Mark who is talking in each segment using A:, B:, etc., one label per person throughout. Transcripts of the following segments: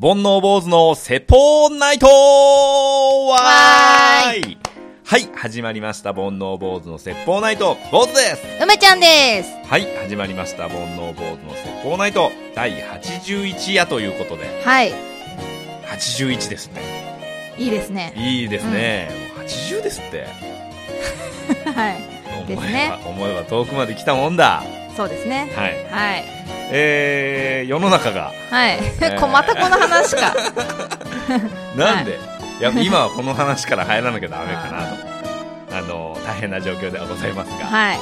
A: 煩悩坊主の説法ナイトわーいはい、始まりました。煩悩坊主の説法ナイト、坊主です
B: 梅ちゃんです。
A: はい、始まりました。煩悩坊主の説法ナイト、第81夜ということで、
B: はい。
A: 81ですね。
B: いいです ね。
A: いいですね。もう80ですって。
B: はい。
A: 思え
B: で
A: ば、
B: すね
A: 思えば遠くまで来たもんだ。
B: そうですね。
A: はい。
B: はい。
A: えー、世の中が、
B: はい。
A: え
B: こまたこの話か。
A: なんで、い、や今はこの話から入らなきゃダメかな とあの大変な状況ではございますが、
B: はい。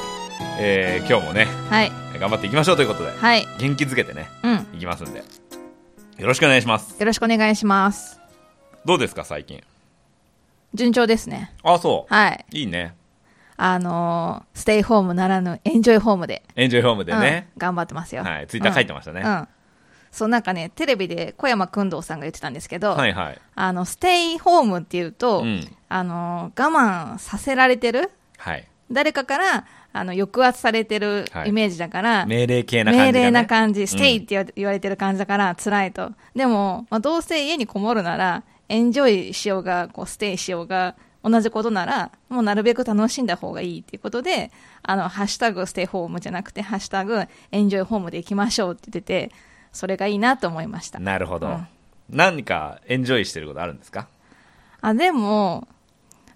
A: えー今日もね
B: はい。
A: 頑張っていきましょうということで
B: はい。
A: 元気づけてね
B: うん。
A: いきますんでよろしくお願いします
B: よろしくお願いします。
A: どうですか最近
B: 順調ですね。
A: あそう、
B: はい。
A: い、いね
B: あのーステイホームならぬエンジョイホームで。
A: エンジョイホームでね、
B: うん頑張ってますよ。
A: はい、ツイッター書いてましたね、
B: うん。うん。そう、なんかね、テレビで小山君堂さんが言ってたんですけど、
A: はいはい
B: あの、ステイホームっていうと、
A: うん
B: あのー我慢させられてる
A: はい
B: 誰かから、あの、抑圧されてる
A: はい
B: イメージだから、
A: 命令系な感じが、ね、
B: 命令な感じ、ステイっ
A: うん
B: て言わ言われてる感じだから辛いと。でも、まあ、どうせ家にこもるなら、エンジョイしようが、こうステイしようが、同じことなら、もうなるべく楽しんだ方がいいっていうことで、あの、ハッシュタグステイホームじゃなくて、ハッシュタグエンジョイホームで行きましょうって言ってて、それがいいなと思いました。
A: なるほど、
B: うん
A: 何かエンジョイしてることあるんですか
B: あ、でも、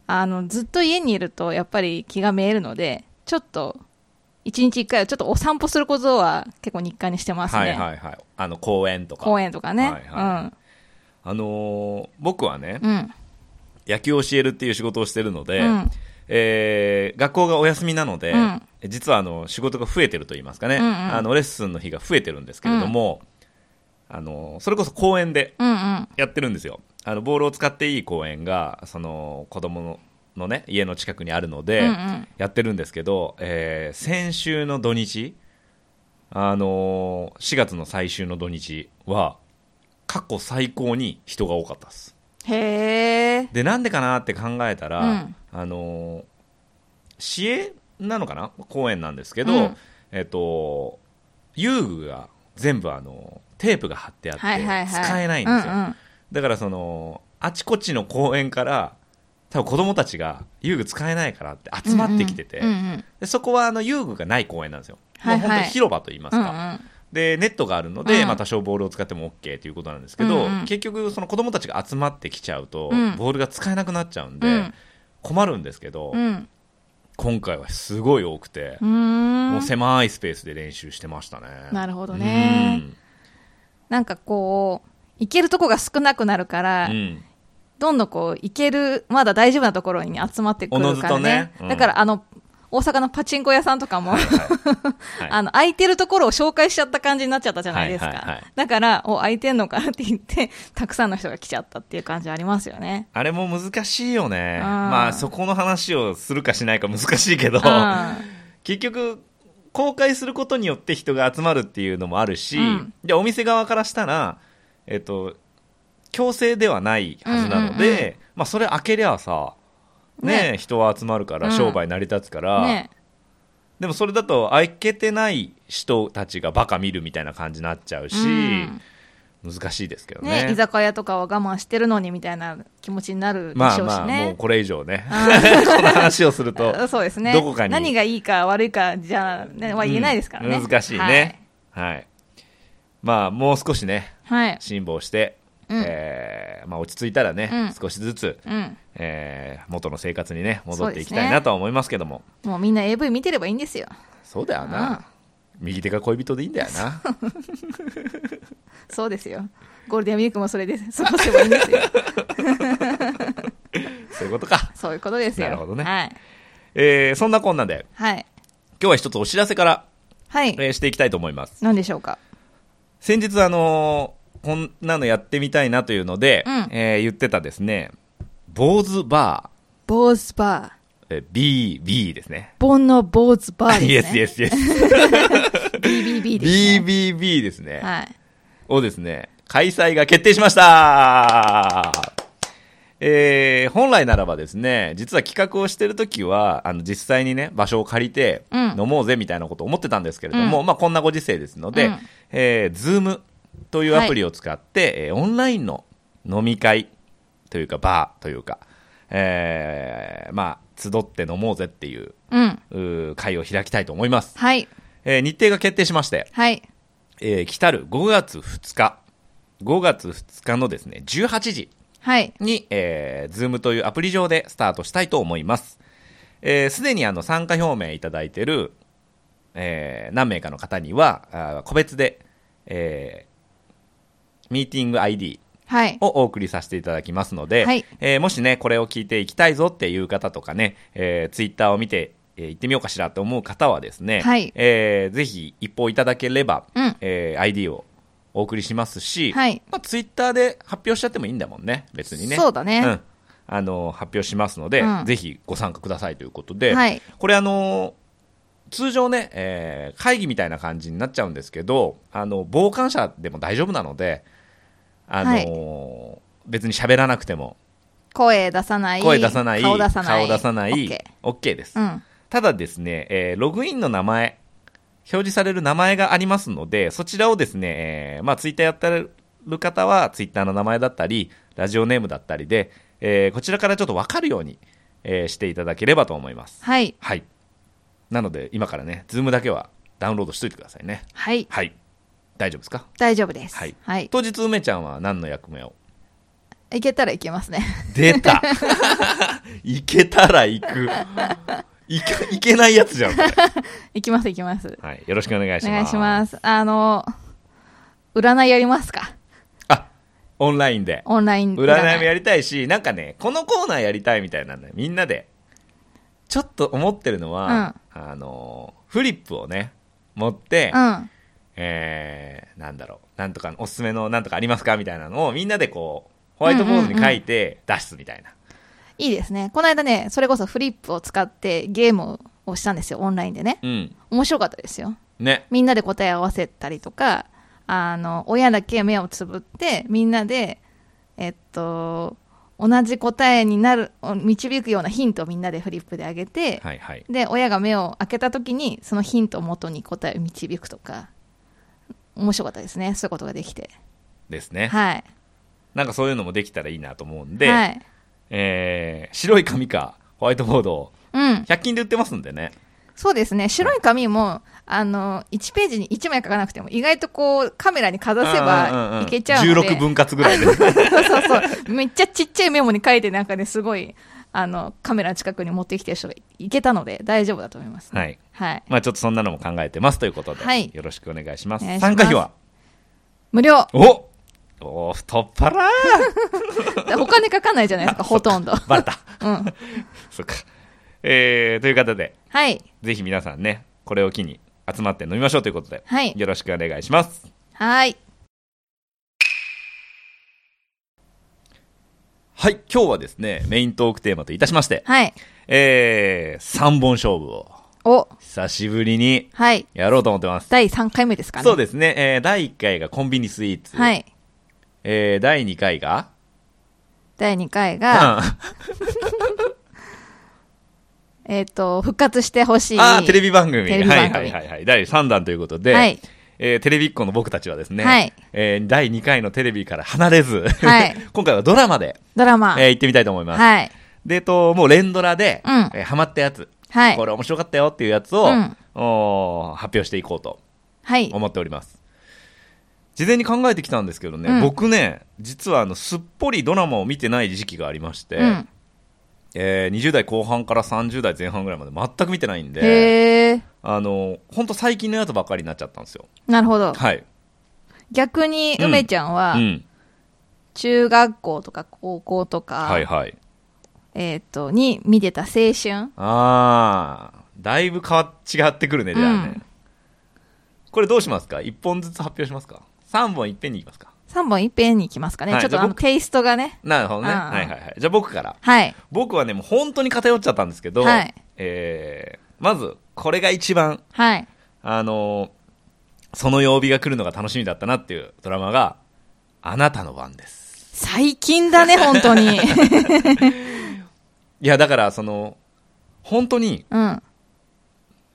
B: あの、ずっと家にいると、やっぱり気が滅えるので、ちょっと、一日一回はちょっとお散歩することは結構日課にしてますね。
A: はいはいはいあの公園とか
B: 公園とかね。
A: はいはあのー僕はね、
B: うん。うん。
A: 野球を教えるっていう仕事をしてるので、
B: うん
A: えー学校がお休みなので、
B: うん
A: 実はあの仕事が増えてると言いますかね、
B: うんうん
A: あのレッスンの日が増えてるんですけれども、あのそれこそ公園で
B: うんうん。
A: やってるんですよあのボールを使っていい公園がその子供ののね家の近くにあるので、
B: うんうん
A: やってるんですけど、えー先週の土日あのー4月の最終の土日は過去最高に人が多かったです
B: へえ。
A: でなんでかなって考えたら、
B: うん
A: あのー市営なのかな公園なんですけど、
B: うん
A: えっと遊具が全部あのテープが貼ってあって
B: はいはいはい。
A: 使えないんですよ、
B: うんうん
A: だからそのあちこちの公園から多分子供たちが遊具使えないからって集まってきてて、
B: うんうん
A: でそこはあの遊具がない公園なんですよ、
B: はいはい
A: もう本当に広場といいます
B: うんう
A: か、
B: ん。
A: でネットがあるので、
B: うん
A: まあ、多少ボールを使っても OK ということなんですけど、
B: うんうん
A: 結局その子供たちが集まってきちゃうと、
B: うん
A: ボールが使えなくなっちゃうん
B: う
A: で
B: ん
A: 困るんですけど、
B: うん
A: 今回はすごい多くて
B: う、ん。
A: もう狭いスペースで練習してましたね
B: なるほどね
A: うん
B: なんかこう、行けるとこが少なくなるから、
A: うん
B: どんどんこう、行ける、まだ大丈夫なところに集まってく
A: おの
B: る
A: ず
B: か
A: と
B: ら
A: ね
B: ね
A: うん。
B: だからあの、大阪のパチンコ屋さんとかも、
A: はい
B: あの、空いてるところを紹介しちゃった感じになっちゃったじゃないです
A: はいはいは
B: か
A: い。
B: だから、お、空いてんのかなって言って、たくさんの人が来ちゃったっていう感じありますよね。
A: あれも難しいよね、
B: ん
A: まあそこの話をするかしないか難しいけど、
B: うん
A: 結局公開することによって人が集まるっていうのもあるし、
B: うん
A: でお店側からしたら、えっと強制ではないはずなので、
B: うんうん
A: まあ、それ開けりゃさ、ね人は集まるから
B: うん
A: 商売成り立つから、
B: ね
A: でもそれだと開けてない人たちがバカ見るみたいな感じになっちゃうし、
B: うん
A: 難しいですけどね
B: ね、居酒屋とかは我慢してるのにみたいな気持ちになるで
A: まあ
B: しょう
A: ま
B: し
A: あもう
B: ね。
A: これ以上ね この話をすると
B: そうですね。
A: どこかに
B: 何がいいか悪いかじゃ、ね、は言えないですからね。
A: うん難しいね、はいまあもう少しね
B: はい。はい。
A: 辛抱して、
B: うん
A: えーまあ、落ち着いたらね、
B: うん
A: 少しずつ、
B: うん。
A: えー元の生活にね戻
B: そ
A: っ
B: う
A: て
B: で
A: い
B: す
A: き
B: ね
A: たいなとは思いますけども
B: もうみんな AV 見てればいいんですよ。
A: そう,、だよ
B: うん
A: な右手が恋人でいいんだよな
B: そうですよ。ゴールデンウィークもそれで過ごせばいいんで すよ。
A: そういうことか、
B: そういうことですよ。
A: なるほどね
B: はい。
A: えーそんなこんなんで
B: はい。
A: 今日は一つお知らせから、
B: はい。
A: えーしていきたいと思います
B: 何でしょうか。
A: 先日あのーこんなのやってみたいなというので、
B: うん
A: えー言ってたですね坊主バ
B: 坊主バ
A: ー、えー、BB ですね
B: ー。煩悩坊主バー
A: イエ
B: です
A: スイエス イエ
B: ね。
A: ス
B: BBB ですね。
A: BBB ですね、
B: はい。
A: をですね、開催が決定しましたえー、本来ならばですね、実は企画をしてるときは、あの、実際にね、場所を借りて、
B: うん
A: 飲もうぜみたいなことを思ってたんですけれども、
B: う
A: まあ、こんなご時世ですので、
B: うん
A: えー、ズームというアプリを使って、えーオンラインの飲み会というかバーというか、えーまあ集って飲もうぜっていう
B: うん。
A: うー会を開きたいと思います、
B: はい。
A: えー日程が決定しまして、
B: はい。
A: えー来たる5月2日5月2日のですね18時
B: はい。
A: に、えー、Zoom というアプリ上でスタートしたいと思います。えーすでにあの参加表明いただいてる、えー何名かの方には、あー個別で、えーミーティング ID
B: はい。
A: をお送りさせていただきますので、
B: はい
A: えーもしね、これを聞いていきたいぞっていう方とかね、えー、Twitter を見て、えー行ってみようかしらと思う方はですね、
B: はい
A: えーぜひ一報いただければ、
B: うん
A: えー ID をお送りしますし、
B: はい
A: まあ、Twitter で発表しちゃってもいいんだもんね、別にね。
B: そうだね
A: んあのー発表しますので、
B: うん
A: ぜひご参加くださいということで、
B: はい
A: これあのー通常ね、えー会議みたいな感じになっちゃうんですけど、あの、傍観者でも大丈夫なので、あのー別に喋らなくても
B: 声出さない。
A: 声出さない
B: 顔出さない。
A: 顔出さない
B: OK
A: OK です、
B: うん。
A: ただですね、えーログインの名前表示される名前がありますのでそちらをですね、えーまあ、ツイッターやってる方はツイッターの名前だったりラジオネームだったりで、えーこちらからちょっと分かるように、えーしていただければと思います
B: はい。
A: はいなので今からねズームだけはダウンロードしといてくださいね
B: はい。
A: はい大丈夫ですか
B: 大丈夫です。
A: はい
B: はい。
A: 当日梅ちゃんは何の役目を
B: いけたらいけますね。
A: 出た行けたら行く行け行けないやつじゃん、これ
B: いきます、いきます。
A: はい、よろしくお願いします
B: お願いします。あの、占いやりますか
A: あオンラインで
B: オンライン
A: 占いもやりたいしなんかねこのコーナーやりたいみたいなんだよみんなでちょっと思ってるのは、あのフリップをね持って、
B: うん。
A: えー、なんだろうなんとかおすすめのなんとかありますかみたいなのをみんなでこうホワイトボードに書いて出すみたいな、
B: いいですね。この間ね、それこそフリップを使ってゲームをしたんですよ、オンラインでね。
A: うん
B: 面白かったですよ。
A: ね
B: みんなで答え合わせたりとか、あの、親だけ目をつぶって、みんなで、えっと、同じ答えになる、導くようなヒントをみんなでフリップであげて、
A: はいはい
B: で、親が目を開けた時に、そのヒントを元に答えを導くとか、面白かったですね。そういうことができて。
A: ですね、
B: はい。
A: なんかそういうのもできたらいいなと思うんで、
B: はい。
A: えー白い紙かホワイトボードを
B: うん。
A: 100均で売ってますんでね
B: そうですね。白い紙も、あの、1ページに1枚書かなくても、意外とこう、カメラにかざせ
A: うんん
B: ば
A: ん
B: いけちゃうので。
A: 16分割ぐらいで
B: そうそうそう。 めっちゃちっちゃいメモに書いて、なんかね、すごい、あの、カメラの近くに持ってきてる人がいけたので、大丈夫だと思います、。
A: はいい
B: はい。
A: まあちょっとそんなのも考えてますということで、
B: はい
A: よろしくお願いします
B: お願いします
A: 参加費は
B: 無料。
A: おお太っ腹ー
B: お金かかんないじゃない ですか、ほとんど。
A: バレた
B: うん。
A: そっかえー、という方で
B: はい。
A: ぜひ皆さんねこれを機に集まって飲みましょうということで、
B: はい
A: よろしくお願いします
B: はい。
A: はい今日はですねメイントークテーマといたしまして、
B: はい。
A: えー、3本勝負を
B: お、
A: 久しぶりに
B: はい。
A: やろうと思ってます
B: 第3回目ですかね。
A: そう
B: で
A: ですね、えー第1回がコンビニスイーツ、
B: はい。
A: えー第2回が、
B: 第2回
A: うん
B: が、
A: あ
B: えっ、と、復活してほしい。
A: ーテレビ番組
B: テレビ番組
A: はいはいはいはい、第3弾ということで、
B: はい
A: えーテレビっ子の僕たちはですね、
B: はい
A: えー第2回のテレビから離れず、
B: はい
A: 今回はドラマで、
B: ドラマ。
A: えー行ってみたいと思います。
B: はい。
A: で、えっと、もう連ドラで、
B: うん
A: えーハマったやつ、
B: はい
A: こ。れ面白かったよっていうやつを、
B: うん
A: おー発表していこうと
B: はい。
A: 思っております。事前に考えてきたんですけどね、
B: うん
A: 僕ね、実はあのすっぽりドラマを見てない時期がありまして、
B: うん。
A: えー20代後半から30代前半ぐらいまで全く見てないんで、
B: へえ。
A: あの、ほんと最近のやつばっかりになっちゃったんですよ。
B: なるほど。
A: はい。
B: 逆に、
A: うん
B: 梅ちゃんは
A: う、ん。
B: 中学校とか高校とか、
A: はいはい。
B: えっ、と、に見てた青春。
A: あー、だいぶ変わ違ってくるね、じゃあね。
B: うん
A: これどうしますか ?1 本ずつ発表しますか ?3 本いっぺんにいきますか
B: 3本いっぺんに行きますかね。
A: はい
B: ちょっ
A: じゃ
B: と
A: あ
B: あの
A: 僕
B: テイストがね。
A: なるほどね。
B: あー
A: はいはいはい。じゃあ僕から。
B: はい。
A: 僕はね、もう本当に偏っちゃったんですけど、
B: はい
A: えー、まず、これが一番、
B: はい。
A: あのーその曜日が来るのが楽しみだったなっていうドラマが、あなたの番です。
B: 最近だ ね、本当に。
A: いや、だから、その、本当に
B: うん。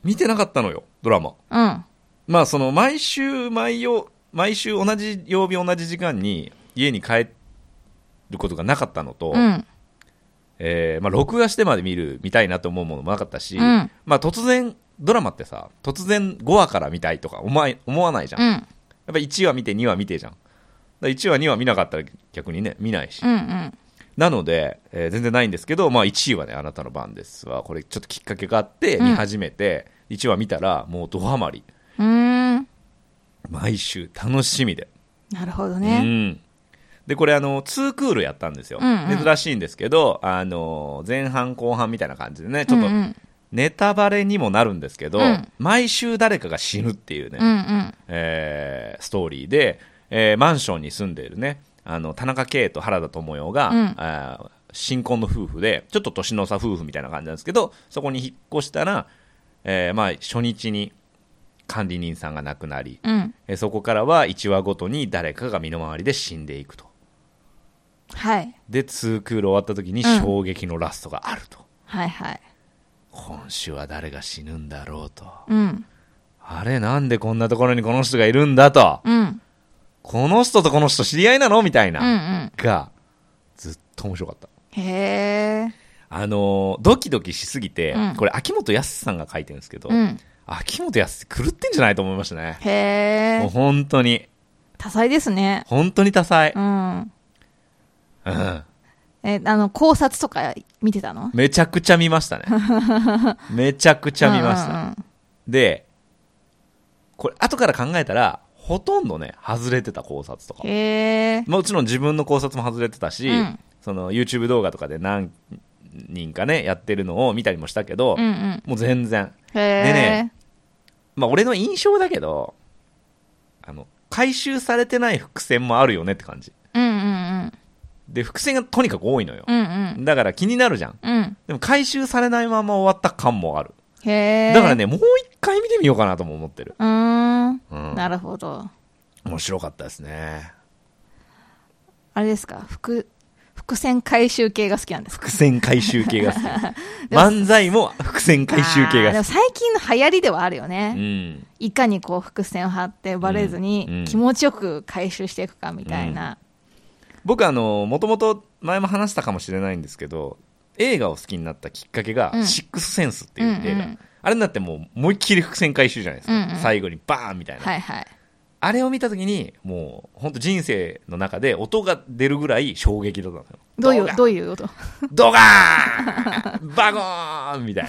A: 見てなかったのよ、ドラマ。
B: うん。
A: まあ、その、毎週、毎曜、毎週同じ曜日同じ時間に家に帰ることがなかったのと、
B: うん。
A: えーまあ、録画してまで見る見たいなと思うものもなかったし、
B: うん
A: まあ、突然ドラマってさ突然5話から見たいとか思わ思わないじゃん、
B: う
A: やっ
B: ん。
A: ぱ1話見て2話見てじゃんだから1話2話見なかったら逆にね見ないし、
B: うん。うん。
A: なので、えー全然ないんですけど、まあ、1位はねあなたの番ですわこれちょっときっかけがあって
B: うん
A: 見始めて、1話見たらもうドハマり
B: うーん。
A: 毎週楽しみで
B: なるほど
A: う
B: ね。
A: ん、でこれあの2クールやったんですよ、
B: うんうん
A: 珍しいんですけどあの前半後半みたいな感じでねちょっと
B: うんうん。
A: ネタバレにもなるんですけど、
B: うん
A: 毎週誰かが死ぬっていうね、
B: うんうん。
A: えーストーリーで、えーマンションに住んでいるねあの田中圭と原田知世が、
B: うん
A: あー新婚の夫婦でちょっと年の差夫婦みたいな感じなんですけどそこに引っ越したら、えーまあ、初日に管理人さんが亡くなり、
B: うん。
A: えーそこからは1話ごとに誰かが身の回りで死んでいくと
B: はい。
A: で2クール終わった時に
B: うん
A: 衝撃のラストがあると、
B: はいはい。
A: 今週は誰が死ぬんだろうと
B: うん。
A: あれなんでこんなところにこの人がいるんだと
B: うん。うん
A: この人とこの人知り合いなのみたいな、
B: うん。
A: がずっと面白かった
B: へえ。
A: あのードキドキしすぎて、
B: うん
A: これ秋元康さんが書いてるんですけど、
B: うん。
A: 秋元康って狂ってんじゃないと思いましたね
B: へ
A: もう
B: え。
A: 本当に
B: 多彩ですね。
A: 本当に多彩
B: う、ん。
A: うん、
B: え、あの、考察とか見てたの
A: めちゃくちゃ見ましたねめちゃくちゃ見ました、
B: た。
A: でこれ後から考えたらほとんどね外れてた考察とか
B: へえ。
A: もちろん自分の考察も外れてたし、
B: うん
A: その YouTube 動画とかで何人かねやってるのを見たりもしたけど、
B: うんうん。
A: もう全然
B: へえ
A: ね。まあ俺の印象だけどあの回収されてない伏線もあるよねって感じ
B: うんうん
A: で伏線がとにかく多いのよ
B: う、ん。うん
A: だから気になるじゃん
B: うん。うん。
A: でも回収されないまま終わった感もある
B: へえ。
A: だから。ねもう一回見てみようかなとも思ってる、
B: うーん。
A: うん、
B: なるほど。
A: 面白かったですね
B: あれですか伏、伏線回収系が好きなんですか
A: 伏線回収系 が好き漫才も伏線回収系
B: あー
A: が
B: でも
A: 好き、
B: 最近の流行りではあるよ
A: う
B: ね。
A: ん、
B: いかにこう伏線を張ってバレず
A: うんう
B: に
A: ん
B: 気持ちよく回収していくかみたいな。
A: 僕あのもともと前も話したかもしれないんですけど映画を好きになったきっかけが「
B: うん
A: シックスセンス」っていう映画、
B: うんうん
A: あれになってもう思いっきり伏線回収じゃないですか、
B: うんうん
A: 最後にバーンみたいな、
B: はいはい。
A: あれを見た時にもう本当人生の中で音が出るぐらい衝撃だったのよ
B: どうい
A: ドガ
B: う、どういうこと
A: ドガー ンバゴーンみたい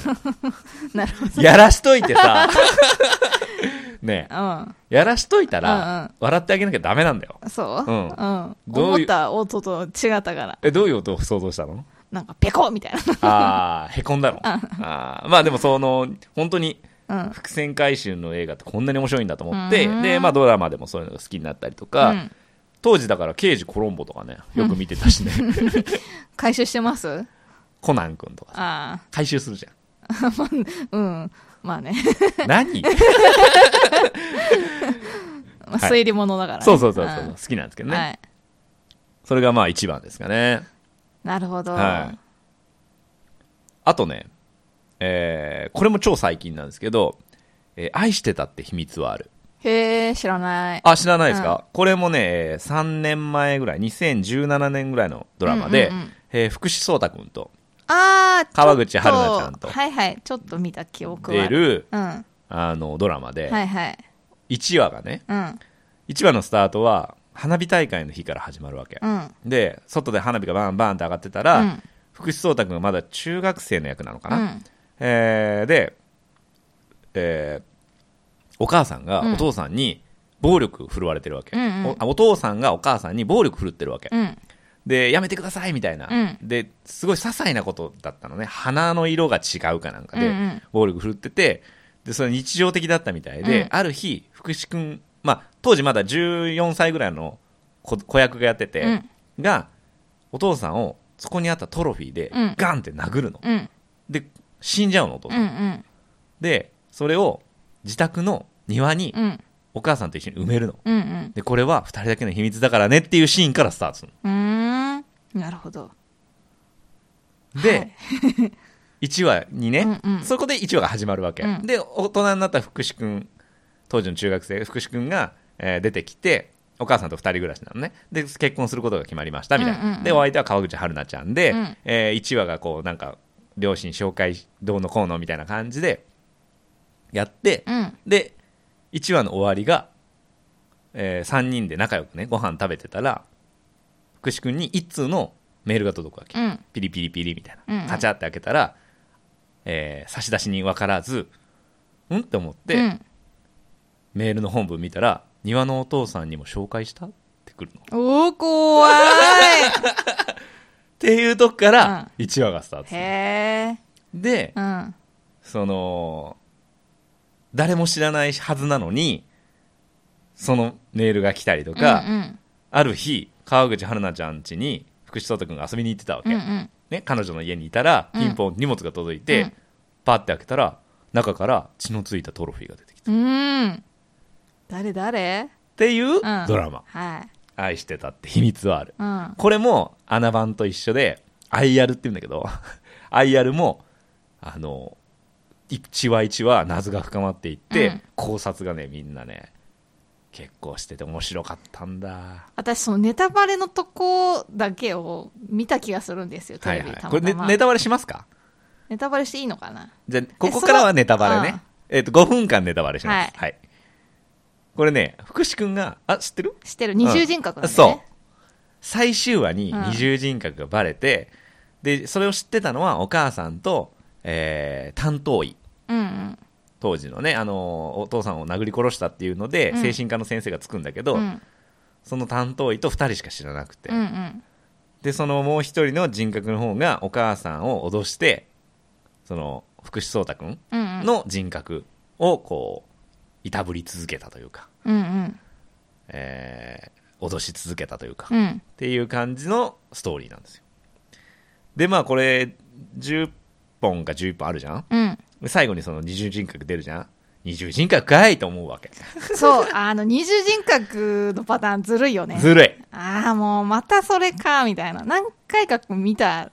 A: な
B: なるほど。
A: やらしといて さねえ
B: うん。
A: やらしといたら、
B: うんうん
A: 笑ってあげなきゃダメなんだよ
B: そう
A: うん
B: ん。
A: どういう
B: 思った音と違ったから、
A: えどういう音を想像したの
B: なんかペコみたい
A: ああへこんだのあーまあでもその本当に
B: な。うん。
A: 伏線回収の映画ってこんなに面白いんだと思って、
B: うん
A: でまあドラマでもそういうのが好きになったりとか、
B: うん
A: 当時だから刑事コロンボとかねよく見てたしね、
B: 回収してます
A: コナン君とか
B: あ
A: 回収するじゃん
B: あ、うん。まあね。
A: 何
B: まあ
A: はい
B: 推理物だからね。
A: そうそうそうそう、
B: ん
A: 好きなんですけどね、
B: はい。
A: それがまあ一番ですかね
B: なるほど。
A: はいあとね、えーこれも超最近なんですけど、えー愛してたって秘密はある。
B: へえ、知らない。
A: あ、知らないですか、これもね、えー3年前ぐらい、2017年ぐらいのドラマで、
B: うんうんうん
A: えー福士蒼太くんと
B: ああ、
A: 川口春奈ちゃんと
B: はいはい、ちょっと見た記憶は
A: 出
B: ある。
A: る、
B: うん。は
A: あの、ドラマで、
B: いはい。
A: 1話がね、
B: うん。
A: 1話のスタートは、花火大会の日から始まるわけ。
B: うん。
A: で、外で花火がバンバンって上がってたら、
B: うん
A: 福士蒼太くんはまだ中学生の役なのか
B: う
A: な、
B: ん。
A: えーで、えーお母さんが
B: うん
A: お父さんに暴力振るわれてるわけ、
B: うんうん
A: おあお父さんがお母さんに暴力振るってるわけ、
B: うん。
A: でやめてくださいみたいな、
B: うん
A: ですごい些細なことだったのね鼻の色が違うかなんか
B: うんう
A: で
B: ん
A: 暴力振るっててでそれ日常的だったみたいで、
B: うん
A: ある日福士君、まあ、当時まだ14歳ぐらいの子子役がやってて、がお父さんをそこにあったトロフィーで
B: うん
A: ガンって殴るの、
B: うん。
A: で死んじゃうのお父さん
B: うん。うん。
A: でそれを自宅の庭に
B: うん。
A: お母さんと一緒に埋めるの
B: うん。うん。
A: でこれは2人だけの秘密だからねっていうシーンからスタートする
B: うーん。なるほど。
A: ので、1話にね、
B: うんうん
A: そこで1話が始まるわけ、
B: うん
A: で大人になった福士君当時の中学生福士君がえー出てきて、お母さんと二人暮らしなのね。で、結婚することが決まりました、みたいな。
B: うんうんうん
A: で、お相手は川口春奈ちゃんで、
B: うん
A: え1話がこう、なんか、両親紹介どうのこうのみたいな感じで、やって、
B: うん
A: で、1話の終わりが、え3人で仲良くね、ご飯食べてたら、福士君に一通のメールが届くわけ。
B: うん
A: ピリピリピリみたい
B: うんう
A: な。
B: ん
A: カチャって開けたら、えー差出人分からず、うんって思って、
B: うん
A: メールの本文見たら、庭のお父さんにも紹介したってくるの。っ
B: おー怖 い
A: ていうとこから、1話がスタートする。
B: へえ
A: で
B: う、ん
A: その、誰も知らないはずなのに、そのメールが来たりとか、
B: うん
A: ある日、川口春奈ちゃん家に福士蒼太君が遊びに行ってたわ
B: うん
A: け。
B: うんうん
A: ね、彼女の家にいたら、
B: うん
A: ピンポン荷物が届いて、
B: うん
A: パッて開けたら、中から血のついたトロフィーが出てきた。っ
B: うん誰誰
A: ていううんドラマ。
B: はい
A: 愛してたって秘密はある。
B: うん
A: これも、アナ版と一緒で、IR って言うんだけど、IR も、あの、一話一話謎が深まっていって、
B: うん
A: 考察がね、みんなね、結構してて面白かったんだ。
B: 私そのネタバレのとこだけを見た気がするんですよテ
A: はい
B: レ
A: は
B: ビ
A: い。
B: た
A: こ
B: ま
A: れ、ね
B: たま
A: ネタバレしますか
B: ネタバレしていいのかな
A: じゃあ、ここからはネタバレ
B: そ
A: ね。えっ、と、5分間ネタバレします。
B: は
A: は
B: い
A: い。これね、福士くんが、あ、知ってる
B: 知ってる二重人格なんで、ね
A: そう。最終話に
B: うん
A: 二重人格がバレて、で、それを知ってたのはお母さんと、えー担当医。
B: うんうん
A: 当時のね、あのーお父さんを殴り殺したっていうので、
B: うん
A: 精神科の先生がつくんだけど、
B: うん
A: その担当医と二人しか知らなくて、
B: うんうん
A: でそのもう一人の人格の方がお母さんを脅してその福士蒼太君
B: うんうん
A: の人格をこういたぶり続けたというか、
B: うんうん
A: えー脅し続けたというか、
B: う
A: っ
B: ん
A: ていう感じのストーリーなんですよでまあこれ10本か11本あるじゃん
B: うん
A: で最後にその二重人格出るじゃん二重人格かいと思うわけ
B: そう、あの、二重人格のパターンずるいよね。
A: ずるい
B: ああ、もうまたそれか、みたいな。何回か見た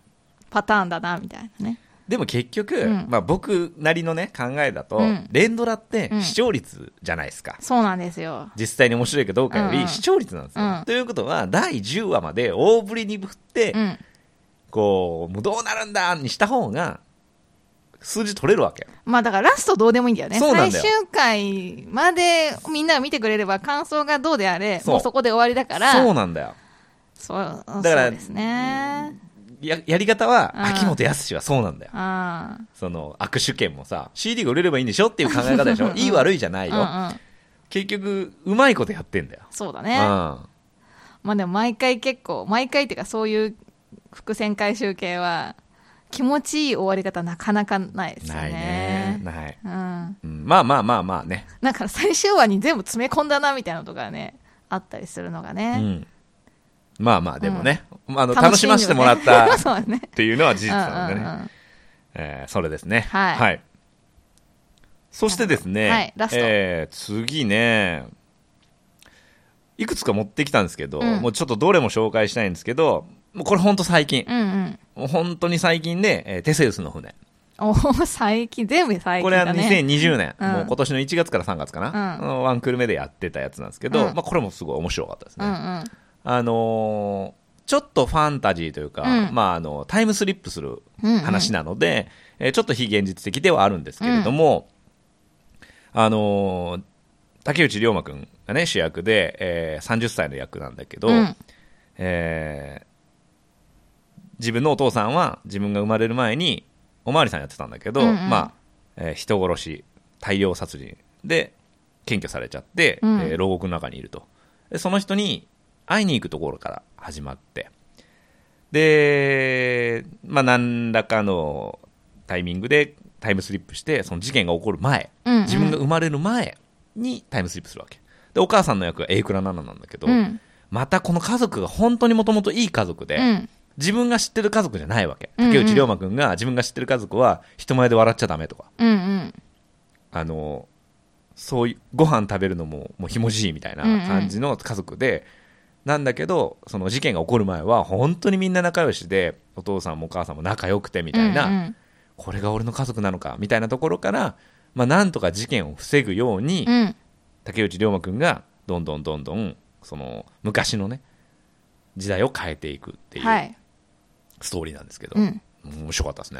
B: パターンだな、みたいなね。
A: でも結局、
B: うん
A: まあ、僕なりのね考えだと、
B: うん
A: 連ドラって
B: うん
A: 視聴率じゃないですか、
B: そうなんですよ。
A: 実際に面白いかどうかよ
B: うんう
A: り
B: ん
A: 視聴率なんですよ、
B: うん
A: ということは第10話まで大振りに振って、
B: うん。
A: こうもうどうなるんだにした方が数字取れるわけ
B: まあだからラストどうでもいいんだよね。
A: そうなん
B: 最
A: だよ
B: 終回までみんなが見てくれれば感想がどうであれ、
A: そう
B: もうそこで終わりだから。
A: そうなんだよ
B: そう、そう
A: だから
B: ですね。
A: ややり方は
B: うん
A: 秋元康はそうなんだよ
B: ああ。
A: その握手券もさ CD が売れればいいんでしょっていう考え方でしょいい悪いじゃないよ、
B: うんうん。
A: 結局うまいことやってんだよ、
B: そうだ
A: う
B: ね。
A: ん、
B: まあでも毎回結構、毎回っていうかそういう伏線回収系は、気持ちいい終わり方なかなかないですよね。
A: ないねない
B: うん。
A: うんまあまあまあまあね、
B: だから最終話に全部詰め込んだなみたいなのとかね、あったりするのが
A: う
B: ね。
A: ん、まあまあでもね、まあ、あの
B: ん
A: 楽しませてもらったっ
B: そうだね。
A: ていうのは事
B: う
A: 実
B: んうん
A: なので ね、
B: うん
A: えーそれですね
B: はい
A: そしてですね、
B: はいラスト
A: えー次ねいくつか持ってきたんですけど、
B: うん
A: もうちょっとどれも紹介したいんですけどもうこれほんと最近、
B: うんうん。
A: もう本当に最近で、えーテセウスの船
B: おー最近、全部最
A: これ
B: 近
A: は
B: だね。
A: 2020年、
B: うん
A: もう今年の1月から3月かな、
B: うん
A: あのワンクール目でやってたやつなんですけど、
B: うん
A: まあ、これもすごい面白かったですね、
B: うんうん。
A: あのーちょっとファンタジーというか、
B: うん
A: まあ、あのタイムスリップする
B: うんうん
A: 話なので、えーちょっと非現実的ではあるんですけれども、あのー竹内涼真君がね主役で、えー30歳の役なんだけど、
B: うん
A: えー自分のお父さんは自分が生まれる前におまわりさんやってたんだけど、
B: うんうん
A: まあえー人殺し大量殺人で検挙されちゃって、
B: うん
A: えー牢獄の中にいるとでその人に会いに行くところから始まってで、まあ、何らかのタイミングでタイムスリップしてその事件が起こる前、
B: うんうん
A: 自分が生まれる前にタイムスリップするわけでお母さんの役は榮倉奈々なんだけど、
B: うん
A: またこの家族が本当にもともといい家族で、
B: うん
A: 自分が知ってる家族じゃないわけ。
B: うんうん
A: 竹内涼真君が自分が知ってる家族は人前で笑っちゃダメとか、
B: うんうん
A: あの、そういう、ご飯食べるのももうひもじいみたいな感じの家族で、なんだけど、その事件が起こる前は本当にみんな仲良しで、お父さんもお母さんも仲良くてみたいな、
B: うんうん
A: これが俺の家族なのかみたいなところから、まあなんとか事件を防ぐように、
B: うん
A: 竹内涼真君がどんどんどんどんその昔のね時代を変えていくってい
B: は
A: う
B: い。
A: ストーリーなんですけど、
B: うん。
A: 面白かったですね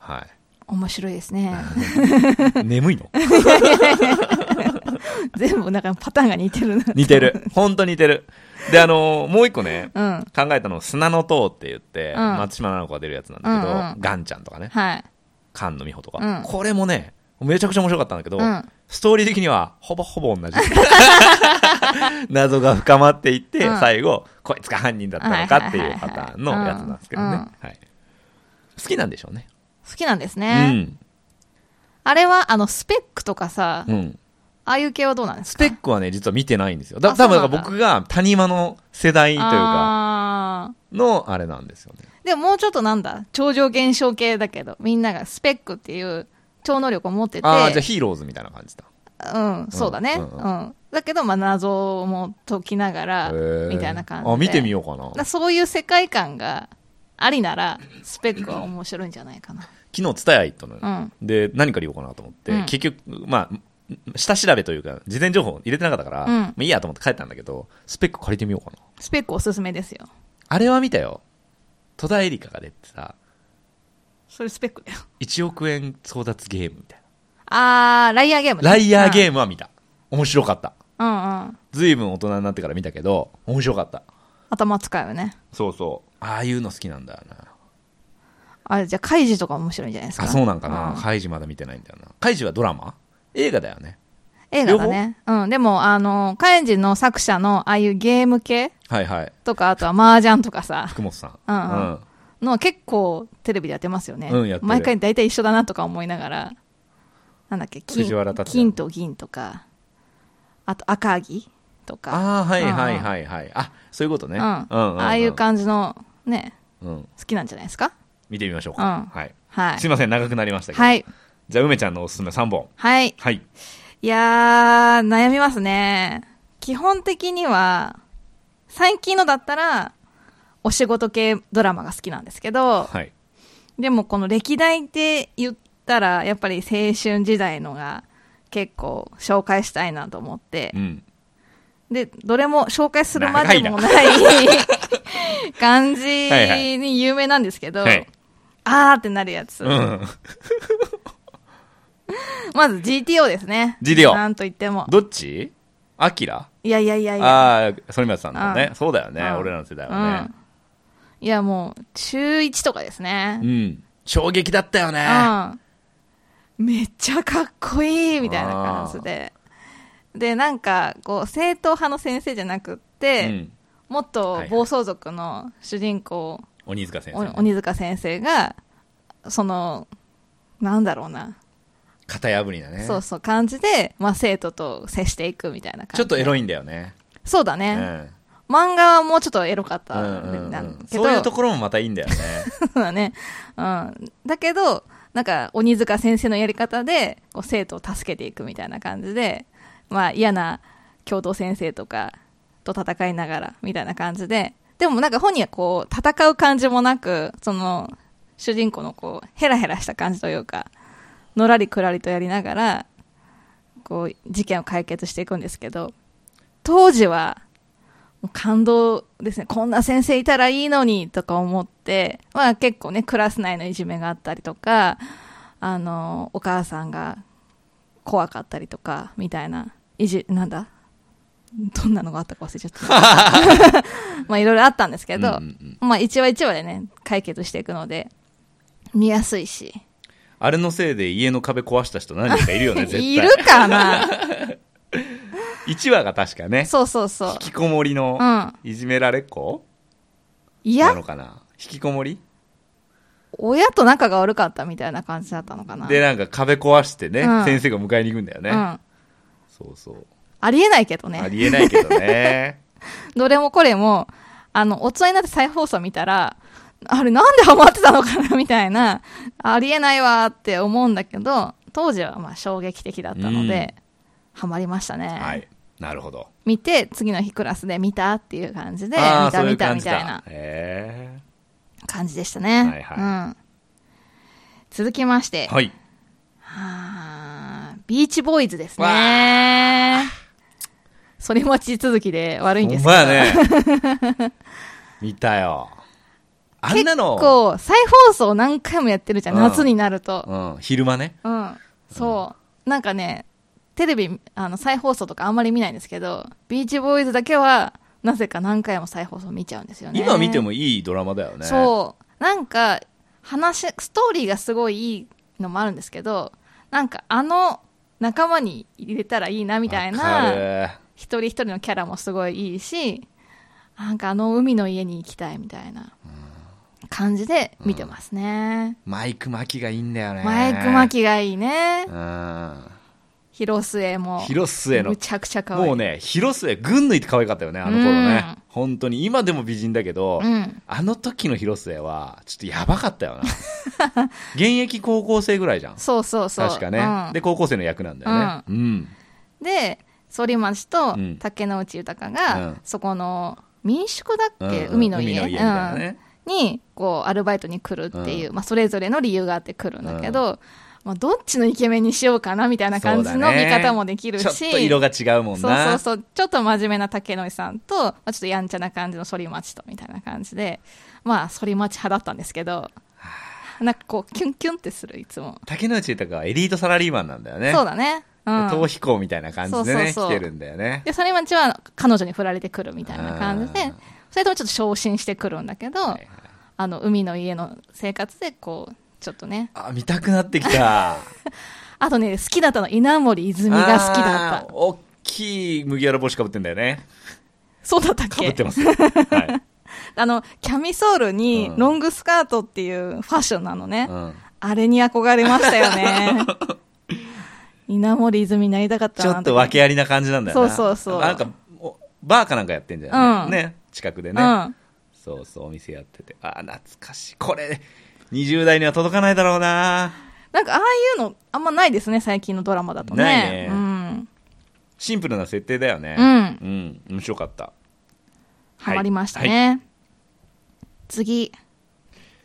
A: は
B: 面白いですね。
A: い眠いの
B: 全部なんかパターンが似てるな。
A: 似てる本当似てるであのもう一個ね
B: うん。
A: 考えたの砂の塔って言って、
B: うん
A: 松島菜々子が出るやつなんだけど、
B: うんうん
A: ガンちゃんとかね
B: はい。
A: 菅野美穂とか、
B: うん
A: これもねめちゃくちゃ面白かったんだけど、
B: うん。
A: ストーリー的にはほぼほぼ 同じ謎が深まっていって、
B: うん
A: 最後こいつが犯人だったのかって
B: はい
A: い
B: は
A: う
B: い
A: パ
B: はいはい
A: ターンのやつなんですけどね、
B: うんうん
A: はい、好きなんでしょうね、
B: 好きなんですね。あれは、あの、スペックとかさ、
A: うんうん、
B: ああいう系はどうなんです
A: ス
B: か
A: ペックはね実は見てないんですよだ
B: あ
A: 多
B: そうな
A: 分
B: んだ
A: 僕が谷間の世代というか
B: あ
A: のあれなんですよね
B: ーでももうちょっとなんだ、超常現象系だけど、みんながスペックっていう超能力を持ってて、
A: ああじゃあヒーローズみたいな感じだ
B: うん、そうだね。
A: う
B: うんん。
A: う
B: だけど、まあ、謎も解きながら、みたいな感じで。
A: あ見てみ
B: よ
A: ようかな
B: だそういう世界観がありなら、スペックは面白いんじゃないかな。
A: 昨日ツタヤ行ったのよ、
B: うん。
A: で何から言おうかなと思って、
B: うん
A: 結局まあ下調べというか事前情報入れてなかったから、
B: うん
A: まあいいやと思って帰ったんだけどスペック借りてみようかな
B: スペックおすすめですよ。
A: あれは見たよ戸田恵梨香が出てさ
B: それスペックだよ。
A: 1億円争奪ゲームみたい
B: あー、ライアーゲーム、
A: なライアーゲ
B: ーム。
A: ームは見た面白かった
B: うんうん。
A: 随分大人になってから見たけど面白かった
B: 頭使うよね。
A: そうそうああいうの好きなんだよな
B: あれ、じゃあ、カイジとか面白いんじゃないですか。
A: あそうなんかな、
B: うん
A: カイジまだ見てないんだよなカイジはドラマ映画だよね
B: 映画だね。うん。でも、あの、カエンジの作者の、ああいうゲーム系
A: はいはい
B: とか、あとは麻雀とかさ、
A: 福本さん
B: うんうん
A: うん
B: の結構テレビでやってますよね。
A: うんやってる
B: 毎回大体一緒だなとか思いながら、なんだっけ、金
A: 藤原竜也
B: 金と銀とか、あと赤城とか、
A: ああーはいはいはいはいあそういうことね、
B: うん
A: うんうんうん
B: ああいう感じの、ね、
A: うん、
B: 好きなんじゃないですか
A: 見てみましょうか、はい、
B: はい
A: すい。ません長くなりましたけど、
B: はい。
A: じゃあ梅ちゃんのおすすめ3本
B: はい。
A: はい
B: いやー、悩みますね。基本的には、最近のだったら、お仕事系ドラマが好きなんですけど、
A: はい
B: でもこの歴代って言ったら、やっぱり青春時代のが結構紹介したいなと思って
A: う、ん
B: で、どれも紹介するまでもない 感じ
A: はいはい
B: に有名なんですけど、
A: はい
B: あーってなるやつ。
A: うん
B: まず GTO ですね。
A: GTO
B: なんといっても。
A: どっちアキラ
B: いやいやいやいや。
A: ああー、反町さんのね
B: う。
A: そうだよね。
B: うん
A: 俺らの世代はね。
B: いやもう、中1とかですね。
A: う
B: うん。
A: ん。衝撃だったよね。
B: めっちゃかっこいいみたいな感じで。で、なんか、こう、正統派の先生じゃなくっ
A: う
B: て、
A: ん。
B: もっ
A: はい
B: と
A: はい
B: 暴走族の主人公、
A: 鬼塚先
B: お
A: 生ね。
B: 鬼塚先生が、その、なんだろうな。
A: 型破りなね。
B: そうそう、感じで、まあ、生徒と接していくみたいな感じ。
A: ちょっとエロ
B: い。
A: いんだよね。
B: そうだ
A: う
B: ね。
A: ん。
B: 漫画はもうちょっとエロかっ
A: う
B: た
A: んうん
B: ん
A: う
B: だ
A: ん
B: けど。
A: そういうところもまたいいんだよ ね。
B: そうだね。うん。だけど、なんか、鬼塚先生のやり方で、こう、生徒を助けていくみたいな感じで、まあ、嫌な教頭先生とかと戦いながら、みたいな感じで、でもなんか本人はこう、戦う感じもなく、その、主人公のこう、ヘラヘラした感じというか、のらりくらりとやりながら、こう、事件を解決していくんですけど、当時は、もう感動ですね。こんな先生いたらいいのにとか思って、まあ結構ね、クラス内のいじめがあったりとか、あの、お母さんが怖かったりとか、みたいな、いじ、なんだどんなのがあったか忘れちゃった。 まあいろいろあったんですけ
A: う
B: ど、
A: んうんうん
B: まあ一話一話でね、解決していくので、見やすいし。
A: あれのせいで家の壁壊した人何人かいるよね、絶対。
B: いるかな
A: 1話が確かね、
B: そうそうそう
A: 引。きこもりの
B: うん
A: いじめられっ子
B: い
A: な
B: や
A: の、かな引きこもり
B: 親と仲が悪かったみたいな感じだったのかな。
A: で、なんか壁壊してね
B: う、ん
A: 先生が迎えに行くんだよ
B: う
A: ね。
B: ん。
A: そうそう。
B: ありえないけどね。
A: ありえないけど ね。
B: どれもこれも、あの、大人になって再放送見たら、あれなんでハマってたのかなみたいな、ありえないわーって思うんだけど、当時はまあ衝撃的だったので、ハマりましたね。
A: はい。なるほど。
B: 見て、次の日クラスで見たっていう感じで、
A: あー
B: 見た
A: そう
B: 見
A: う
B: た
A: 感
B: み
A: じ
B: たい
A: だ
B: な
A: へ
B: 感じでしたね。
A: はいは
B: うん。続きまして、
A: え。はい。
B: はービーチボーイズです
A: わ
B: ね。それ待ち続きで悪いんですけ
A: ほ
B: ど
A: んまやね。 見たよ。あんなの、
B: 結構再放送何回もやってるじゃん、
A: うん
B: 夏になると
A: うん、昼間ね。
B: うん、そうなんかねテレビあの再放送とかあんまり見ないんですけどビーチボーイズだけはなぜか何回も再放送見ちゃうんですよね
A: 今見てもいいドラマだよね。
B: そうなんか話ストーリーがすごいいいのもあるんですけどなんかあの仲間に入れたらいいなみたい
A: わか
B: な
A: る
B: 一人一人のキャラもすごいいいしなんかあの海の家に行きたいみたいな感じで見てますね、
A: マイク・マキがいいんだよね。
B: マイク・マ。キがいいね
A: うん。
B: 広末も
A: 広末の
B: むちゃくちゃ可愛い
A: もうね、広末、群抜いて可愛かったよね、あの頃ね
B: うん。
A: 本当に。今でも美人だけど、
B: うん
A: あの時の広末は、ちょっとやばかったよな。 現役高校生ぐらいじゃん。
B: そうそうそう
A: 確かね、
B: うん
A: で、高校生の役なんだよね。うん。
B: で反町と
A: うん
B: 竹之内豊
A: う
B: が
A: ん
B: そこの民宿だっ
A: うん
B: け、
A: うん
B: 海の家
A: 海の家みたいなね。
B: うんにこうアルバイトに来るっていう、まあ、それぞれの理由があって来るんだけど、まあ、どっちのイケメンにしようかなみたいな感じ
A: そう
B: の
A: だね
B: 見方もできるし
A: ちょっと色が違うもん
B: そうそう
A: な。
B: そうちょっと真面目な竹之内さんと、まあ、ちょっとやんちゃな感じの反町とみたいな感じでまあ反町派だったんですけどなんかこうキュンキュンってするいつも、
A: 竹野内豊はエリートサラリーマンなんだよね。
B: そうだね、うん、
A: 逃避行みたいな感じでね、
B: そうそうそう
A: 来てるんだよね。
B: で、サリマンチは彼女に振られてくるみたいな感じで
A: あー、
B: それともちょっと昇進してくるんだけど、
A: はいはい
B: あの、海の家の生活で、こう、ちょっとね。
A: あ、見たくなってきた。
B: あとね、好きだったの、稲森泉が好きだ
A: あ
B: っ
A: ー
B: た。
A: 大きい麦わら帽子かぶってんだよね。
B: そうだったっ
A: かぶっ
B: け
A: てます。はい。
B: あの、キャミソールに
A: うん
B: ロングスカートっていうファッションなのね。
A: うん
B: あれに憧れましたよ ね。稲森泉になりたかった
A: ち
B: な
A: ょっと訳ありな感じなんだよな。
B: そうそうそう
A: なんか、おバーかなんかやってんじゃ
B: うんん
A: ね。ね。近くで
B: ね。
A: ね。
B: うん。
A: そうそう、お店やってて。あー、懐かしい。これ、20代には届かないだろうな。
B: なんか、ああいうの、あんまないですね、最近のドラマだとね。
A: ないね
B: うん。
A: シンプルな設定だよね。
B: うん
A: うん。面白かった。
B: ハマりましたね。
A: は
B: 次、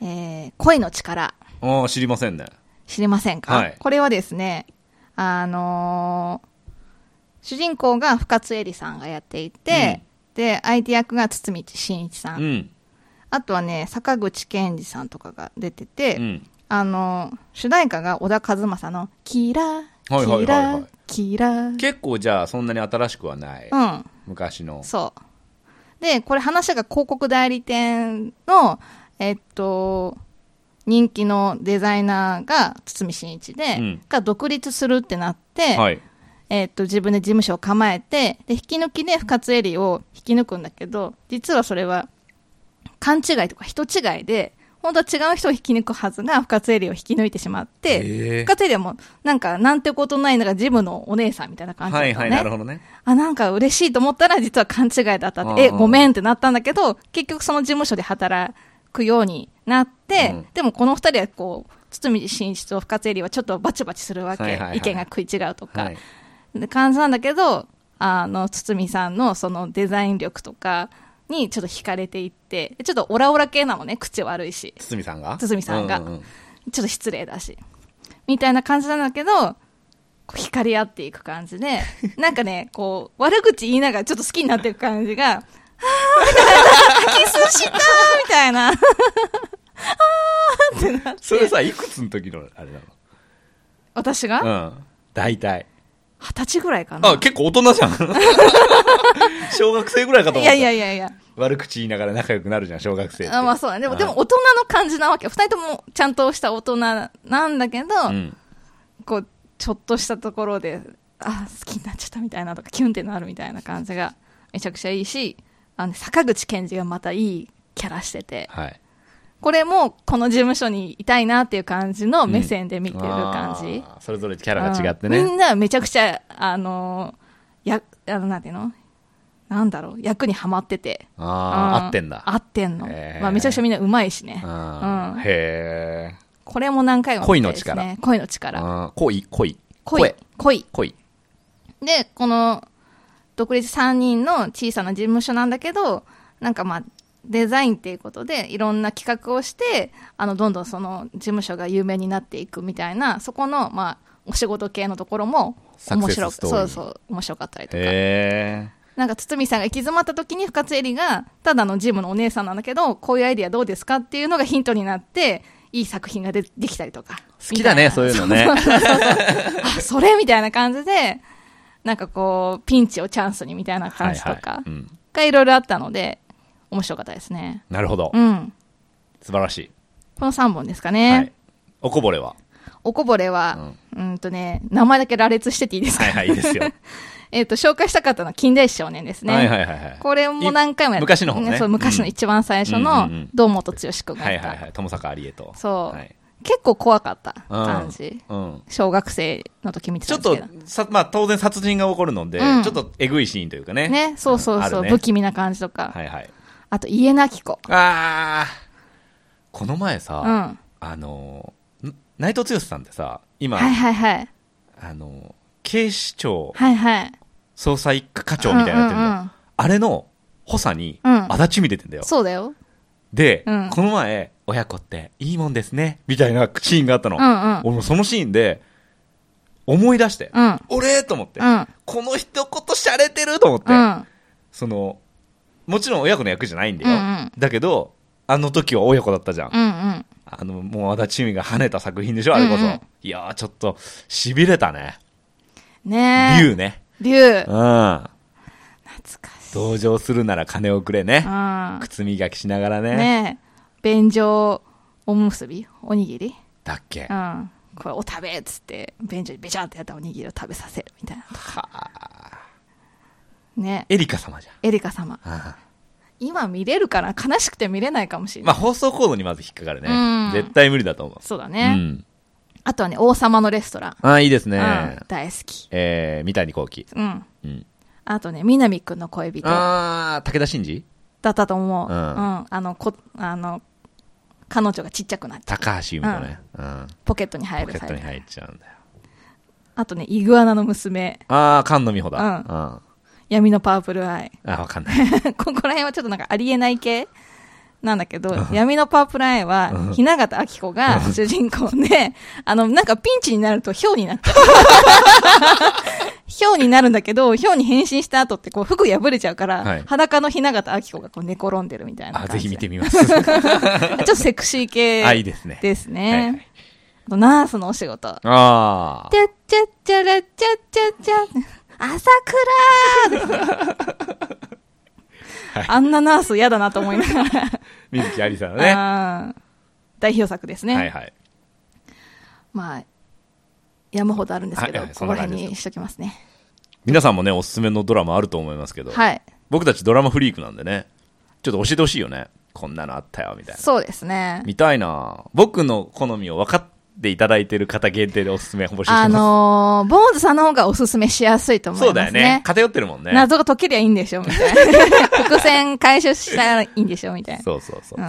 B: えー恋の力、
A: ああ、知りませんね。
B: 知りませんか、
A: はい
B: これはですね、あのー主人公が深津絵里さんがやっていて、で、相手役が堤真一さ,、
A: うんん。
B: あとはね、坂口健二さんとかが出てて、
A: うん。
B: あのー主題歌が小田和正の、キラ
A: いはい
B: ー、
A: はい
B: キラ
A: はい
B: ー、キラー。
A: 結構じゃあ、そんなに新しくはない。
B: うん。
A: 昔の。
B: そう。で、これ話が広告代理店の、えっと、人気のデザイナーが堤真一で、
A: うん
B: が独立するってなって、
A: はい。
B: えっと、自分で事務所を構えて、で、引き抜きで深津絵里を引き抜くんだけど、実はそれは、勘違いとか人違いで、本当は違う人を引き抜くはずが深津絵里を引き抜いてしまって、
A: え
B: 深津絵里はもう、なんか、なんてことない、なんか、ジムのお姉さんみたいな感じだっ
A: は
B: た
A: い
B: の
A: は
B: ね。
A: い、なるほどね。
B: あ、なんか嬉しいと思ったら実は勘違いだったっ
A: うんうん
B: て、え、ごめんってなったんだけど、結局その事務所で働くようになって、
A: うん
B: でもこの二人はこう、堤真一と深津絵里はちょっとバチバチするわけ、
A: はいはいはい
B: 意見が食い違うとか、
A: はい。
B: で感じなんだけど、あの、堤さんのそのデザイン力とかにちょっと惹かれていって、ちょっとオラオラ系なのね、口悪いし。
A: 堤さんが
B: 堤さんが
A: ううう
B: ちょっと失礼だし。みたいな感じなんだけど、こう惹かれ合っていく感じで、 なんかね、こう、悪口言いながらちょっと好きになっていく感じが、あー、キスしたーみたいな。
A: それさ、いくつの時のあれなの
B: 私が
A: うん。大体。
B: 二十歳ぐらいかな。
A: あ、結構大人 じゃん。小学生ぐらいかと思
B: い
A: っ
B: や
A: た。
B: いやいやいや。
A: 悪口言いながら仲良くなるじゃん、小学生って。
B: あまあそうだね。でも、
A: ん
B: でも大人の感じなわけ。二人ともちゃんとした大人なんだけど、
A: うん。
B: こう、ちょっとしたところで、あ、好きになっちゃったみたいなとか、キュンってなるみたいな感じが、めちゃくちゃいいし、あの、坂口健二がまたいいキャラしてて、
A: はい。
B: これも、この事務所にいたいなっていう感じの目線で見てる感じ。
A: あーそれぞれキャラが違って
B: うんみ
A: ね。
B: んなめちゃくちゃ、あのーや、あの、なんていうのなんだろう、役にはまってて。
A: あ
B: うん
A: あ、合ってんだ。
B: 合ってんの。
A: へー
B: まあ、めちゃくちゃみんなうまいしね。
A: あー
B: うん
A: へえ。
B: これも何回も見てですね。恋の力。
A: あー恋、恋。
B: 恋。恋。
A: 恋。
B: で、この独立3人の小さな事務所なんだけど、なんかまあ、デザインっていうことで、いろんな企画をして、あの、どんどんその事務所が有名になっていくみたいな、そこの、まあ、お仕事系のところも
A: サク
B: 面
A: セス
B: 白く、
A: ストーリ
B: そ
A: ー
B: うそう、面白かったりとか。
A: へえ。
B: なんか堤さんが行き詰まった時に深津絵里がただのジムのお姉さんなんだけどこういうアイディアどうですかっていうのがヒントになっていい作品がでできたりとか
A: 好きだね
B: みた
A: そうい
B: な
A: うのね
B: そうそうそうあそれみたいな感じでなんかこうピンチをチャンスにみたいな感じと
A: はいは
B: か
A: いうん、
B: がいろいろあったので面白かったですね
A: なるほど、
B: うん
A: 素晴らしい、
B: この3本ですか
A: は
B: ね
A: い、おこぼれは
B: おこぼれはうんとね名前だけ羅列してていいですか
A: はいはいいいですよ、
B: えっと紹介したかったのは近代史少年ですね
A: はいはいはいはい
B: これも何回もや
A: い昔の方ね
B: そう昔の一番最初
A: うん
B: の
A: うんうん
B: 堂本剛君が
A: はい
B: やっ
A: はいは
B: た
A: い友坂有恵と
B: そう
A: はい
B: 結構怖かった
A: うん
B: 感じ
A: うん
B: 小学生の時見て
A: ち
B: た
A: ょ
B: ん
A: っ
B: です
A: と
B: けど
A: さ、まあ、当然殺人が起こるので、
B: うん
A: ちょっとえぐいシーンというかね
B: ねそうそうそ
A: あ
B: う
A: るね
B: 不気味な感じとか
A: はいはい
B: あと家なき子
A: あーこの前さ、
B: うん
A: あのーん内藤剛さんってさ今、
B: はいはいはい
A: あのー警視庁
B: はいはい
A: 捜査一課課長みたいになってるの、
B: うんうんうん
A: あれの補佐に
B: うん
A: 足立み出てんだよ、
B: そうだよ
A: で、
B: うん
A: この前親子っていいもんですねみたいなシーンがあったの、
B: うんうん
A: 俺もそのシーンで思い出して、
B: うん
A: 俺と思って、
B: うん
A: この一言しゃれてると思って、
B: うん
A: そのもちろん親子の役じゃないんだよ、
B: うんうん
A: だけどあの時は親子だったじゃん、
B: うんうん
A: あのもう足立由美が跳ねた作品でしょあれこそ、
B: うんうん
A: いやーちょっとしびれたね
B: ねえ
A: 竜ね
B: 竜
A: うん同
B: 懐かしい
A: 情するなら金をくれね
B: うん
A: 靴磨きしながらね
B: ねえ便乗おむすびおにぎり
A: だっけ
B: うんこれお食べっつって便所にべちゃってやったおにぎりを食べさせるみたいなとかね
A: エリカ様じゃん
B: エリカ様
A: あ
B: 今見れるから悲しくて見れないかもしれ
A: ま
B: ない、
A: あ放送コードにまず引っかかるね、
B: うん
A: 絶対無理だと思う
B: そうだ
A: う
B: ね、
A: ん
B: あとはね王様のレストラン、
A: ああいいですね、
B: うん大好き
A: えー、三谷幸喜、
B: うん
A: うん、
B: あとね南くんの恋人だ
A: ああ武田真治
B: ったと思う、
A: うん
B: あのこあの彼女がちっちゃくなって
A: 高橋由美子ね、うん、
B: ポケットに入
A: ポケ
B: る
A: ット
B: 際
A: に入っちゃうんだよ
B: あとねイグアナの娘
A: ああ菅野美穂だ、
B: うん
A: あ
B: 闇のパープルアイ
A: あわかんない
B: ここら辺はちょっとなんかありえない系なんだけど、闇のパープルアイは、雛形あき子が主人公で、あの、なんかピンチになるとヒョウになっちゃう。 ヒョウになるんだけど、ヒョウに変身した後ってこう服破れちゃうから、
A: はい
B: 裸の雛形あき子がこう寝転んでるみたいな
A: あ
B: 感じで。
A: ぜひ見てみ ます
B: ちょっとセクシー系
A: あいいですね
B: ですね。
A: はいはい
B: あとナースのお仕事。
A: あ
B: ちゃっちゃっちゃらちゃっちゃっちゃ。朝倉ですね、 あんなナース嫌だなと思いながら。
A: あ水木有りさんのね
B: ね、代表作ですね。
A: はいはい
B: まあ、山ほどあるんですけど、
A: はいはいそ
B: こ
A: ん
B: こ
A: な
B: ら
A: 感じです
B: 辺にしときますね。
A: 皆さんもねおすすめのドラマあると思いますけど、
B: はい。
A: 僕たちドラマフリークなんでねちょっと教えてほしいよねこんなのあったよみたいな
B: そうですね。
A: 見たいな僕の好みを分かっていただいてる方限定でおすすめ募集してます、
B: あのー、ボーズさんの方がおすすめしやすいと思いますね。
A: そうだよね偏ってるもんね
B: 謎が解けりゃいいんでしょみた いな。伏線回収したらいいんでしょみたいな。
A: そうそうそう、
B: うん。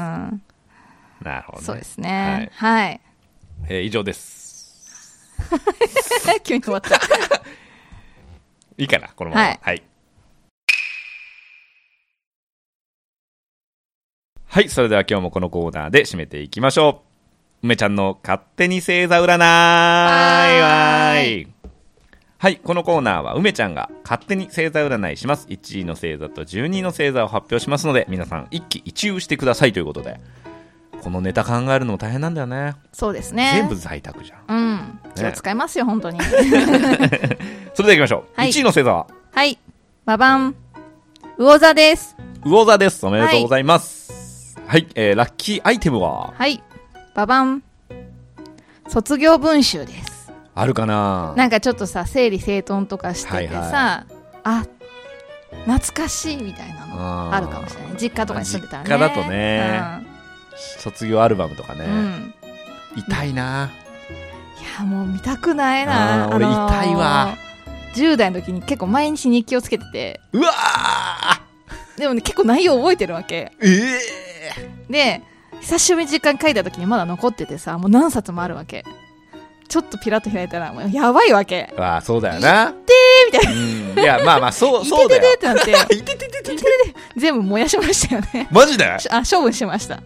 A: なるほど、ね、
B: そうですね。はい。
A: はい、えー以上です
B: 急に終わった。
A: いいかなこのまま
B: はい
A: はい、はいそれでは今日もこのコーナーで締めていきましょう梅ちゃんの勝手に星座占い
B: わーい
A: はいこのコーナーは梅ちゃんが勝手に星座占いします1位の星座と12位の星座を発表しますので皆さん一喜一憂してくださいということでこのネタ考えるのも大変なんだよね
B: そうですね。
A: 全部在宅じゃん
B: うん。気を使いますよ、本当 に。
A: それではいきましょう、
B: はい
A: 1位の星座は
B: はい。ババン。魚座です。
A: 魚座です。おめでとうございます。はい、えー、ラッキーアイテムは
B: はい。ババン。卒業文集です。
A: あるかな
B: なんかちょっとさ、整理整頓とかしててさ、あ、懐かしいみたいなの
A: あー
B: あるかもしれない。実家とかに住んでたらね。
A: 実家だとね卒業アルバムとか
B: う
A: ね
B: ん。。うん
A: 痛いな。
B: いや、もう見たくないな。
A: あー俺痛いわ。
B: 10代の時に結構毎日日記をつけてて、
A: うわー
B: でもね、結構内容覚えてるわけ。
A: え
B: で久しぶりに実家に書いた時にまだ残っててさもう何冊もあるわけちょっとピラッと開いたらもうやばいわけ
A: えー、わあ、そうだよな。
B: みたい
A: うん。いや、まあまあ、そう、
B: な
A: そうだ
B: いてて
A: よ。
B: てってなって
A: いててててて。
B: 全部燃やしましたよね
A: マジで
B: あ処分しました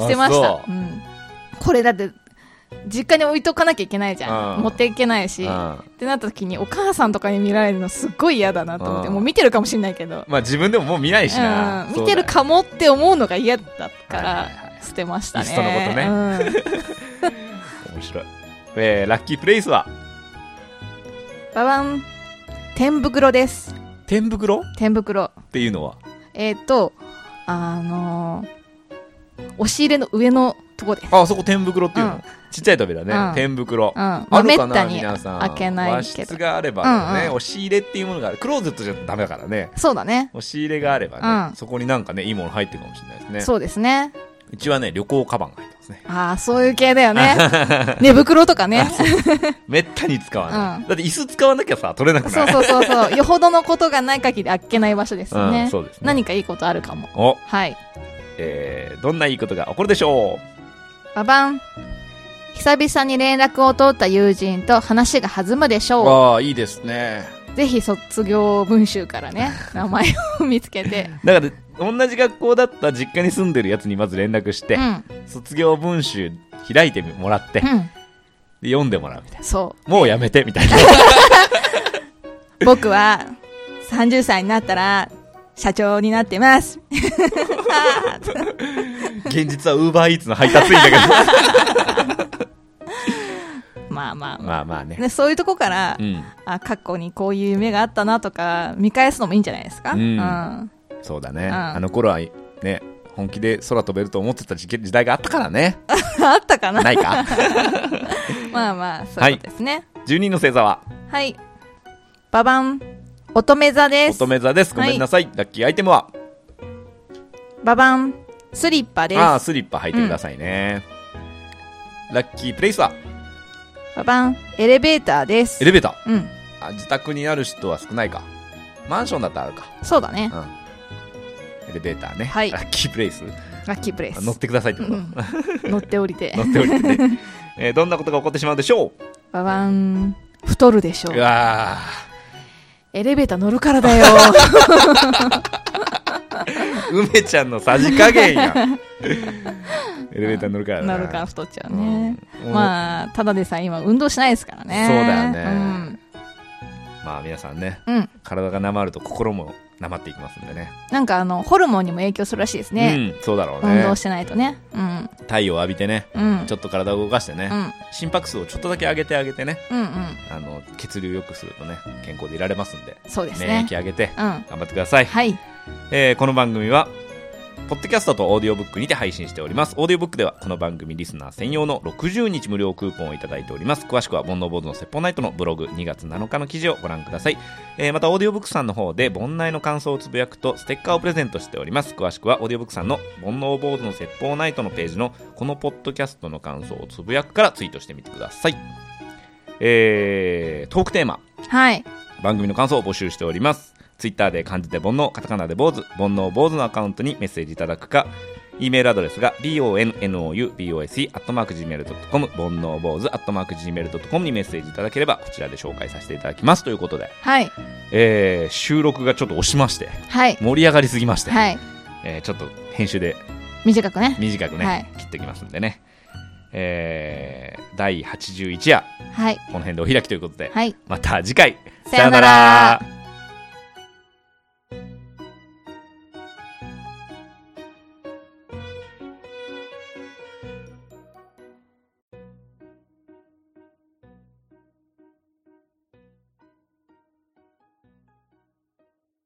B: 捨てまし
A: あ
B: た、うん、これだって実家に置いとかなきゃいけないじゃ
A: うん
B: ん持っていけないしっ
A: ま
B: てなった時にお母さんとかに見られるのすっごい嫌だなと思って
A: うん
B: もう見てるかもしれないけど、
A: あ自分でももう見ないしな、
B: うん、見てる
A: か
B: かもって思うのが嫌だったか
A: はいはいは
B: ら捨てましたね
A: いっそのことね
B: うん
A: 面白い、えーラッキープレイスは
B: ババン天袋です
A: 天袋っ
B: 天袋
A: ていうのは
B: えっ、とあのー押し入れの上のとこです、
A: ああそこ天袋っていうの、
B: うん
A: ちっちゃい扉ね、
B: うん
A: 天袋、
B: うん、ま
A: あ
B: め
A: るか
B: った
A: な
B: に
A: 皆さん
B: 開けないけ
A: 和室
B: ど
A: があればね、
B: うんうん
A: 押し入れっていうものがあるクローゼットじゃダメだからね
B: そうだね
A: 押し入れがあればね、
B: うん
A: そこになんかねいいもの入ってるかもしれないですね
B: そうですね
A: うちはね旅行カバンが入ってますね
B: ああそういう系だよね寝袋と かね
A: めったに使わない、
B: う
A: だって椅子使わなきゃさ取れなく
B: そ
A: な
B: う
A: い
B: そうそうそうよほどのことがない限り開けない場所ですよね,、
A: うんそうですね
B: 何かいいことあるかも
A: お、
B: はい
A: えー、どんないいことが起こるでしょ
B: ババン久々に連絡を取った友人と話が弾むでし
A: う
B: ょう
A: ああいいですね
B: ぜひ卒業文集か らね名前を見つけて、
A: だから同じ学校だった実家に住んでるやつにまず連絡して、
B: うん
A: 卒業文集開いてもらって、
B: うん、
A: で読んでもらうみたい
B: そ
A: なもうやめてみたいな
B: う僕は30歳になったら社長になってます あー
A: 現実はウーバーイーツの配達員だけど
B: まあまあ、ま
A: まあまあ
B: あ
A: ね
B: ね、そういうとこから、
A: うん
B: あ過去にこういう夢があったなとか見返すのもいいんじゃないですか、
A: うん
B: うん
A: そうだね、
B: うん
A: あの頃はね本気で空飛べると思ってた時期時代があったからね
B: あったかな
A: ない か
B: まあまあそういうことですね
A: 10人の星座は
B: はい、ババン乙女座です
A: 乙女座ですごめんなさい、ラッキーアイテムは
B: ババンスリッパです
A: ああスリッパ履いてくださいね、ラッキープレイスは
B: ババンエレベーターです
A: エレベーター
B: うん
A: あ自宅にある人は少ないかマンションだったらあるか
B: そうだね
A: うんエレベーターね、
B: はい
A: ラッキープレイス
B: ラッキープレイ ス
A: 乗ってくださいってこと、
B: うん乗って降りて
A: 乗っておいて ね、えーどんなことが起こってしまうでしょ
B: ババン太るでしょ
A: う
B: う
A: うわ
B: エレベーター乗るか らだよ
A: ー梅ちゃんのさじ加減 やエレベーター乗るからな
B: 乗るから太っちゃうね、
A: うん
B: まあただでさえ今運動しないですからね
A: そうだよねまあ皆さんね
B: うん、うん
A: 体がなまると心もなまっていきますんでね
B: なんかあのホルモンにも影響するらしいですね、
A: うん、そうだろう
B: 運
A: ね
B: 動してないとねうん
A: 太陽を浴びてね
B: うん
A: ちょっと体を動かしてね、
B: うん
A: 心拍数をちょっとだけ上げてあげてね
B: うんうん
A: あの血流良くするとね健康でいられますんで
B: そうです
A: 免
B: ね
A: 疫上げて
B: うん
A: 頑張ってください、
B: はい
A: えーこの番組はポッドキャストとオーディオブックにて配信しておりますオーディオブックではこの番組リスナー専用の60日無料クーポンをいただいております詳しくは煩悩坊主の説法ナイトのブログ2月7日の記事をご覧ください、えーまたオーディオブックさんの方で煩悩の感想をつぶやくとステッカーをプレゼントしております詳しくはオーディオブックさんの煩悩坊主の説法ナイトのページのこのポッドキャストの感想をつぶやくからツイートしてみてくださいえートークテーマ
B: はい
A: 番組の感想を募集しておりますツイッターで漢字で煩悩カタカナで坊主煩悩坊主のアカウントにメッセージいただくか E メールアドレスが bonoubose.gmail.com 煩悩坊主 .gmail.com にメッセージいただければこちらで紹介させていただきますということで、
B: はい
A: えー収録がちょっと押しまして
B: はい
A: 盛り上がりすぎまして、
B: はい
A: えーちょっと編集で
B: 短くね
A: 短くね、
B: はい
A: 切ってきますんでね、えー第81夜
B: はい
A: この辺でお開きということで、
B: はい
A: また次回
B: さよなら